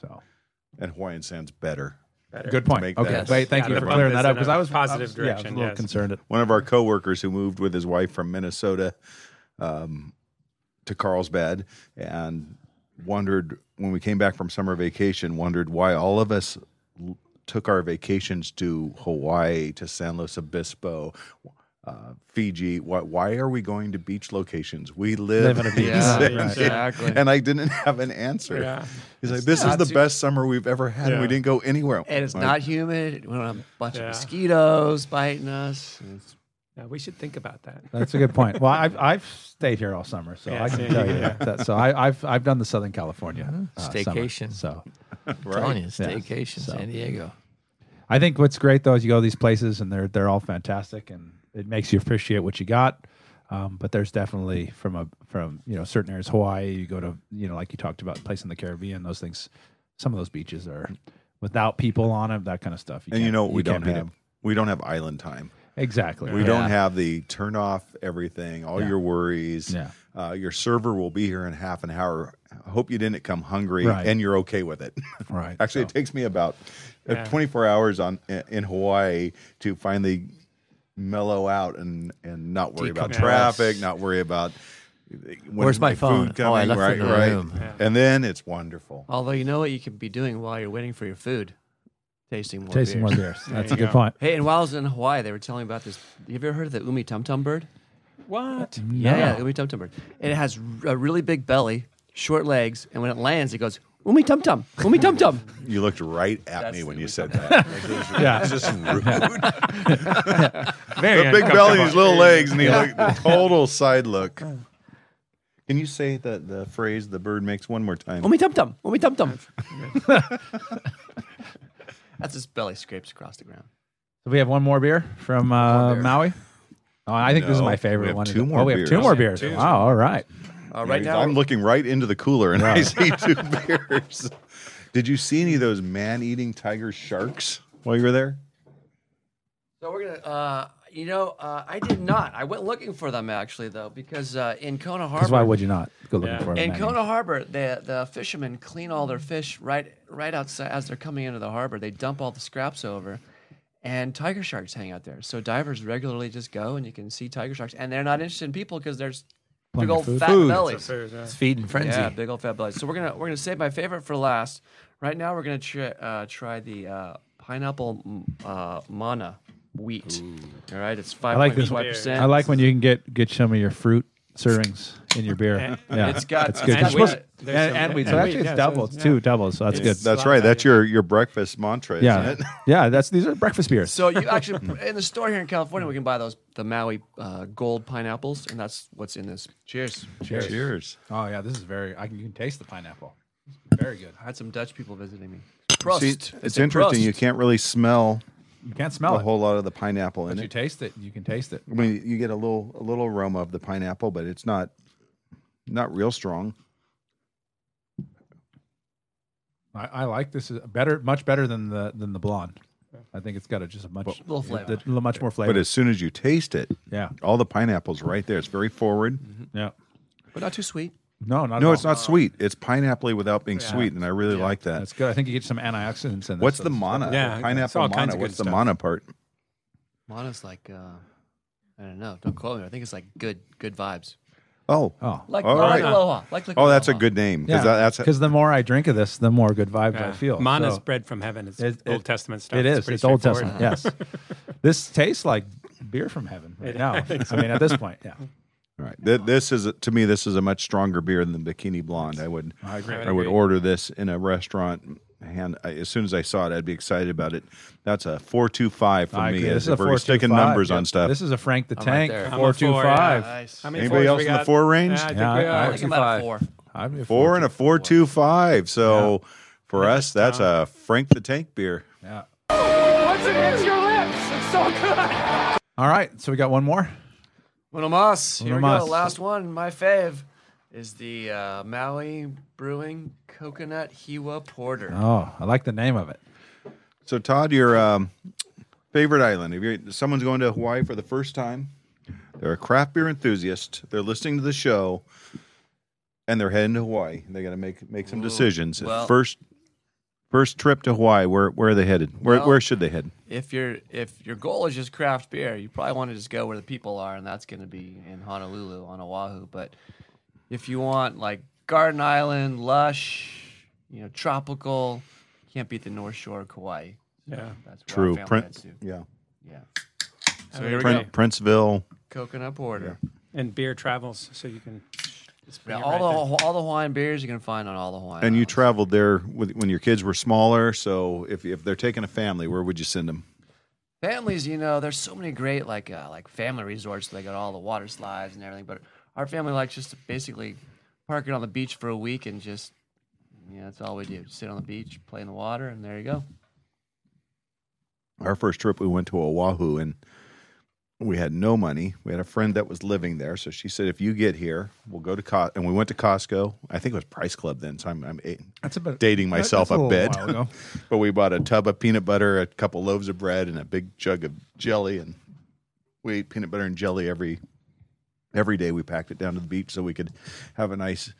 So and Hawaiian sand's better. good point. make Okay, that- wait, thank Yeah, you the for bump clearing is that in up because a I was positive I was- Yeah, I was a direction, little yes. concerned. At, One of our coworkers who moved with his wife from Minnesota um, to Carlsbad, and wondered when we came back from summer vacation, wondered why all of us l- took our vacations to Hawaii, to San Luis Obispo, uh, Fiji. Why, why are we going to beach locations? We live, Live on a beach. Yeah, city. exactly. And I didn't have an answer. Yeah. He's like, this is not the too- best summer we've ever had. and We Yeah. didn't go anywhere. And it's Like, not humid. We don't have a bunch of Yeah. mosquitoes biting us. Mm. It's- Yeah, we should think about that. That's a good point. Well, I've, I've stayed here all summer, so Yeah, I can see, tell you yeah. that. So I, I've I've done the Southern California uh, summer. Staycation. so I'm telling you, Yeah. staycation, So- San Diego. I think what's great though is you go to these places and they're they're all fantastic and it makes you appreciate what you got. Um, but there's definitely from a from you know certain areas, Hawaii. You go to you know like you talked about, place in the Caribbean. Those things, some of those beaches are without people on them, that kind of stuff. And you can't- know what we can't don't beat have? We don't have island time. it. exactly. We Yeah. don't have the turn off everything, all Yeah. your worries. Yeah. Uh, your server will be here in half an hour. I hope you didn't come hungry Right. and you're okay with it. Right, Actually, it so- takes me about uh, 24 hours on in Hawaii to finally mellow out and, and not worry about Decompress. traffic, not worry about uh, when Where's is my phone? Food Oh, I coming, left right, it in the right. room. Yeah. And then it's wonderful. Although you know what you could be doing while you're waiting for your food, tasting more. tasting beers. more beers. That's a you good go. point. Hey, and while I was in Hawaii, they were telling me about this. Have you ever heard of the umi tum tum bird? What? Mm-hmm. Yeah, yeah, umi tum tum bird. And it has r- a really big belly, short legs, and when it lands, it goes umi tum tum, umi tum tum. You looked right at me the when way you we said that. Like, it was- Yeah. it's just rude. Very the big uncomfortable. belly and his little legs, and he like the total side look. Can you say the, the phrase the bird makes one more time? Oh, Umi tum tum, umi tum tum. That's his belly scrapes across the ground. So we have one more beer from uh, beer. Maui. Oh, I think this is No, my we favorite have one. two more oh, we have two beers. more beers. Wow, all right. Uh, right Because now, I'm looking right into the cooler and I see two bears. Did you see any of those man-eating tiger sharks while you were there? So we're gonna, uh, you know, uh, I did not. I went looking for them actually, though, because uh, in Kona Harbor, Because why would you not go looking Yeah. for them? in Kona Harbor, the the fishermen clean all their fish right right outside as they're coming into the harbor. They dump all the scraps over, and tiger sharks hang out there. So divers regularly just go, and you can see tiger sharks, and they're not interested in people because there's Plenty big of old food. fat Food. bellies. It's feed and frenzy. Yeah, big old fat bellies. So we're gonna we're gonna save my favorite for last. Right now, we're gonna try, uh, try the uh, pineapple mm, uh, mana wheat. All right, it's five like point this five one. percent. I like when you can get get some of your fruit servings in your beer. Yeah, It's got- it's good. and You're supposed- wheat. and, There's some- and wheat. So and actually, wheat, it's yeah, so double. it's- it's two doubles. So that's good. That's right. That's your your breakfast mantra, yeah, isn't it? yeah. That's these are breakfast beers. So you actually in the store here in California, we can buy those the Maui uh, gold pineapples, and that's what's in this. Cheers. Cheers. Cheers. Oh yeah, this is very. I can, you can taste the pineapple. Very good. I had some Dutch people visiting me. See, Prost. it's, interesting. You Prost. can't really smell You can't a smell it. whole lot of the pineapple in But you it. taste it. You can taste it. I mean, you get a little a little aroma of the pineapple, but it's not not real strong. I, I like this is better, much better than the than the blonde. I think it's got a, just a much Little flavor. the- much more flavor. But as soon as you taste it, yeah, all the pineapple's right there. It's very forward. yeah. but not too sweet. No, not at No, it's all. not sweet. It's pineapple without being sweet, and I really like that. That's good. I think you get some antioxidants in. This, What's so the it's- mana? Yeah, it's pineapple all kinds mana. of good What's the stuff. mana part? Mana's like uh, I don't know. Don't quote me. I think it's like good good vibes. Oh, Oh. Like All right. like aloha. Like, like oh, that's a aloha. good name because that's because the more I drink of this, the more good vibes I Yeah. feel. Mana's So- bread from heaven. It's It- it- Old Testament stuff. It is. pretty It's Old straightforward. Testament. Yes. this tastes like beer from heaven right now. I mean, at this point, yeah. all right. Th- this is to me, this is a much stronger beer than the Bikini Blonde. I would, I, agree. would order this in a restaurant. And I, as soon as I saw it, I'd be excited about it. That's a four two five for I me. agree. As if we're 425. sticking numbers Yeah. on stuff. This is a Frank the right Tank there. I'm I'm a four two four, yeah. five. Nice. How many Anybody fours else we in the got? four range? Yeah, I think Yeah, we I- are. I think I'm at a four. I'm a four and a four two five. So for us, that's a Frank the Tank beer. Yeah. Once it hits your lips, it's so good. All right. So we got one more. Uno mas. Here Uno we mas. go. Last one. My fave is the uh, Maui Brewing Coconut Hiwa Porter. Oh, I like the name of it. So Todd, your um, favorite island. If you're someone's going to Hawaii for the first time, they're a craft beer enthusiast. They're listening to the show, and they're heading to Hawaii. They got to make make some decisions. well- first, first trip to Hawaii. Where where are they headed? Where Well- where should they head? if your if your goal is just craft beer, you probably want to just go where the people are, and that's going to be in Honolulu on Oahu. But if you want like Garden Island, lush, you know, tropical, can't beat the North Shore of Kauai. Yeah. That's where True. I found that Prince. too. Yeah. Yeah. So here Prin- Princeville. Coconut porter. And beer travels, so you can. just bring Yeah, it all right there. the all the Hawaiian beers you can find on all the Hawaiian. And you islands. traveled there with, when your kids were smaller. So if, if they're taking a family, where would you send them? families, you know, there's so many great like uh, like family resorts. They got all the water slides and everything. But our family likes just to basically park it on the beach for a week and just yeah, that's all we do. Sit on the beach, play in the water, and there you go. Our first trip, we went to Oahu and we had no money. We had a friend that was living there. So she said, if you get here, we'll go to Costco. And we went to Costco. I think it was Price Club then. So I'm, I'm eight, That's about dating that- myself that's a, little bit. while ago. but we bought a tub of peanut butter, a couple loaves of bread, and a big jug of jelly, and we ate peanut butter and jelly every every day. We packed it down to the beach so we could have a nice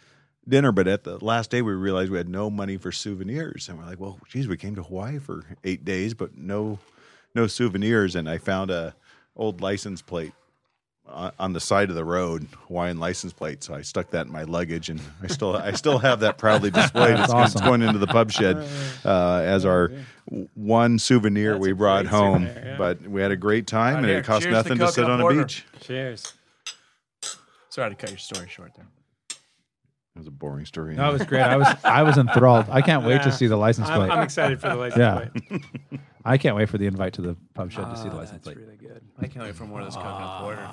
dinner. But at the last day, we realized we had no money for souvenirs, and we're like, "Well, geez, we came to Hawaii for eight days, but no no souvenirs." And I found a old license plate on on the side of the road, Hawaiian license plate. So I stuck that in my luggage, and I still I still have that proudly displayed. It's, That's it's awesome. going into the pub shed uh, as our w- one souvenir That's we a brought great home. souvenir, yeah. But we had a great time, Right and here, it cost cheers to nothing to sit coconut on a porter. beach. Cheers. Sorry to cut your story short there. It was a boring story. No, it was great. I was I was enthralled. I can't wait to see the license I'm, plate. I'm excited for the license Yeah. plate. I can't wait for the invite to the pub shed to see Ah, the Oh, license that's plate. really good. I can't wait for more of this coconut porter.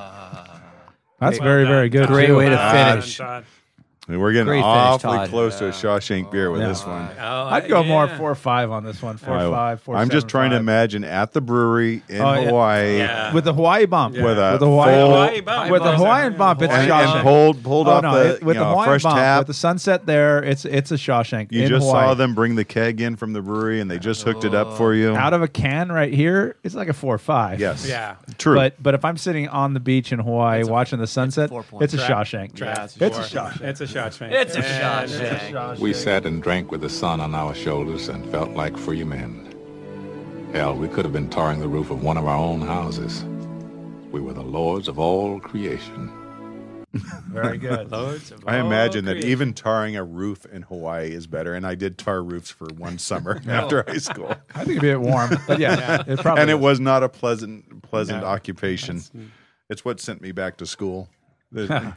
Ah. That's Well very done, very good. Todd. Great too. Ah, way to Well done, finish. Todd. we're getting Great finish, awfully Todd. close to a Shawshank beer with Yeah. this one. Oh, I'd go yeah. more four or five on this one. Four I- five, four. I'm just seven, trying to five. imagine at the brewery in Oh, yeah. Hawaii. Yeah. with the Hawaii bump. With a with the Hawaii, full- Hawaii bump. With the Hawaii Hawaiian bump. bump, it's And, Shawshank. and pulled pulled Oh, off no, the it- with you know, the Hawaiian fresh bump, tap. with the sunset there, it's it's a Shawshank. you in just Hawaii. saw them bring the keg in from the brewery, and they just hooked it up for you. out of a can right here. It's like a four or five. yes, Yeah. true. But but if I'm sitting on the beach in Hawaii watching the sunset, four point it's a Shawshank. it's a Shawshank. It's a shot, man. It's a shot. Shane. We sat and drank with the sun on our shoulders and felt like free men. Hell, we could have been tarring the roof of one of our own houses. We were the lords of all creation. Very good. I imagine that creative. even tarring a roof in Hawaii is better. And I did tar roofs for one summer after high school, I think it'd be a bit warm, but yeah, it probably. and it is. was not a pleasant pleasant occupation. It's what sent me back to school. The-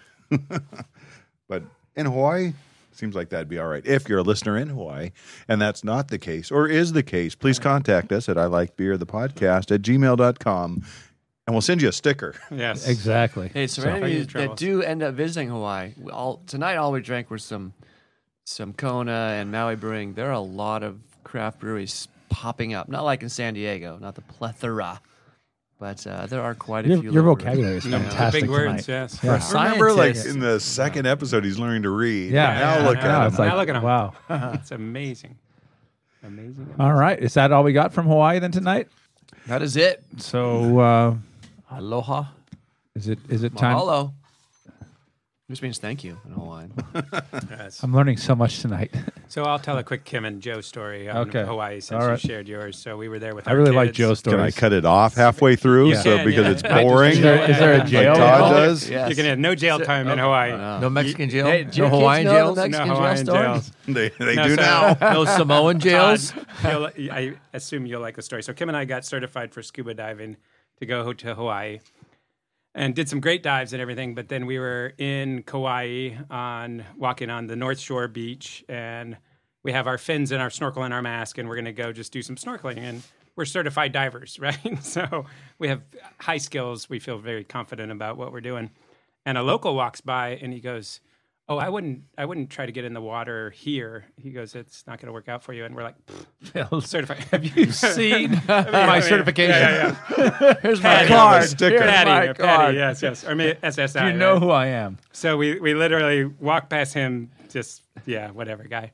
but in Hawaii, seems like that'd be all right if you're a listener in Hawaii, and that's not the case or is the case. Please contact us at I like beer the podcast at gmail.com and we'll send you a sticker. Yes. exactly. Hey, so, So- any of you that travels. do end up visiting Hawaii, we all tonight all we drank were some some Kona and Maui Brewing. There are a lot of craft breweries popping up. Not like in San Diego, not the plethora, but uh, there are quite a Your, few. your little vocabulary is breweries. fantastic Big words, tonight. yes. Yeah. Remember, like Scientists. in the second episode, he's learning to read. Yeah. Now Yeah. look Yeah. at No, him. it's like, Now look at 'em. wow. It's amazing. Amazing. All right, is that all we got from Hawaii then tonight? That is it. So uh, Aloha. is it is it time? Mahalo. Which means thank you in Hawaiian. Yes. I'm learning so much tonight. Um, So I'll tell a quick Kim and Joe story on Okay. Hawaii since All right. you shared yours. So we were there with I our really like kids. Joe's Can I stories. cut it off halfway through? Yeah. so can, because yeah. it's I just- boring. Is there, is there a like jail? Todd involved? does. Yes. You're going to have no jail time in Hawaii. No Mexican jail. Hey, do no your kids Hawaiian know jails. the No Mexican jail Hawaiian Uh, story? jails. They, they No, do so- now. No Samoan jails. Todd, you'll- I assume you'll like the story. So Kim and I got certified for scuba diving to go to Hawaii, and did some great dives and everything. But then we were in Kauai on walking on the North Shore beach, and we have our fins and our snorkel and our mask, and we're going to go just do some snorkeling. And we're certified divers, right? so we have high skills. We feel very confident about what we're doing. And a local walks by, and he goes. Oh, I wouldn't. I wouldn't try to get in the water here. He goes, "It's not going to work out for you." And we're like, certified. Have you Seen I my mean, certification. Yeah, yeah, Here's my Patty. card. Sticker. Here's Patty, my Patty, card. yes, yes. Or maybe SSI. You know right? who I am. So we, we literally walk past him, just, yeah, whatever guy,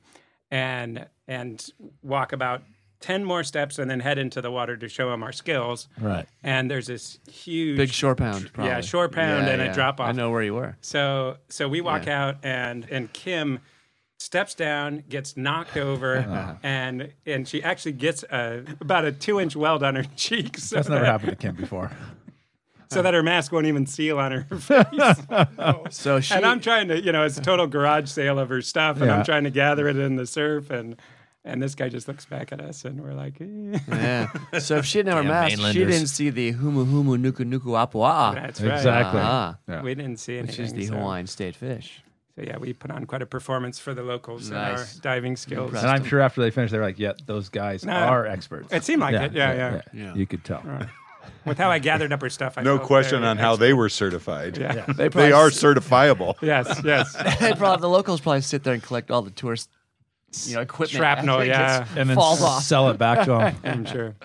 and, and walk about 10 more steps and then head into the water to show him our skills. Right. And there's this huge Big shore pound. Probably. Yeah, shore pound and a drop off. I know where you were. So so we walk out and and Kim steps down, gets knocked over, Uh-huh. and and she actually gets a, about a two inch weld on her cheek. So That's never that, happened to Kim before. So that her mask won't even seal on her face. So she and I'm trying to, you know, it's a total garage sale of her stuff, and Yeah. I'm trying to gather it in the surf and. And this guy just looks back at us, and we're like, eh. Yeah. So if she had never Damn masked, she mainlanders. didn't see the humu humu nuku nuku apua. That's right. Ah. We didn't see anything. Which is the so- Hawaiian state fish. So yeah, we put on quite a performance for the locals Nice. and our diving skills. And I'm sure after they finished, they were like, "Yeah, those guys No, are experts." it seemed like it. Yeah, yeah. Yeah. You could tell. With how I gathered up her stuff, I no felt question very on how they were certified. Yeah. Yeah. They, They probably are s- certifiable. Yes, yes. They probably, the locals probably sit there and collect all the tourist you know, equipment. Shrapnel, after it yeah. gets- And then falls s- off. sell it back to 'em. I'm sure.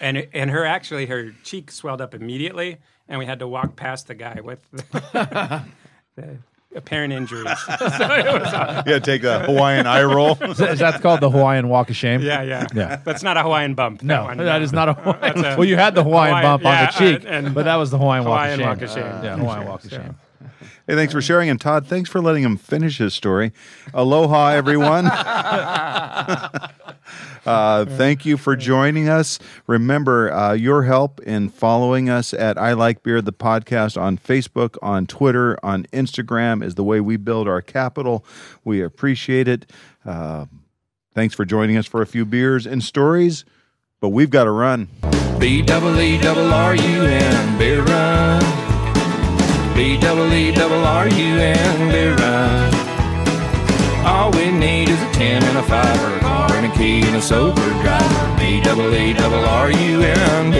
And and her actually her cheek swelled up immediately, and we had to walk past the guy with the, apparent injuries. So it was, uh, Yeah, take a Hawaiian eye roll. is, that- is that called the Hawaiian Walk of Shame? Yeah, yeah, yeah. That's not a Hawaiian bump. No, one, that no. is not a Hawaiian. That's a- well, you had the Hawaiian, bump on yeah, the cheek, and- and but that was the Hawaiian, Hawaiian walk walk of of shame. shame. yeah, Uh, Hawaiian yeah. walk of shame. Hey, thanks for sharing. And Todd, thanks for letting him finish his story. Aloha, everyone. Uh, thank you for joining us. Remember uh, your help in following us at I Like Beer, the podcast on Facebook, on Twitter, on Instagram is the way we build our capital. We appreciate it. Uh, thanks for joining us for a few beers and stories, but we've got to run. B double E double R U N beer run. B double E double R U N beer run. All we need is a ten and a five or a car and a key and a sober driver. B double E double R U N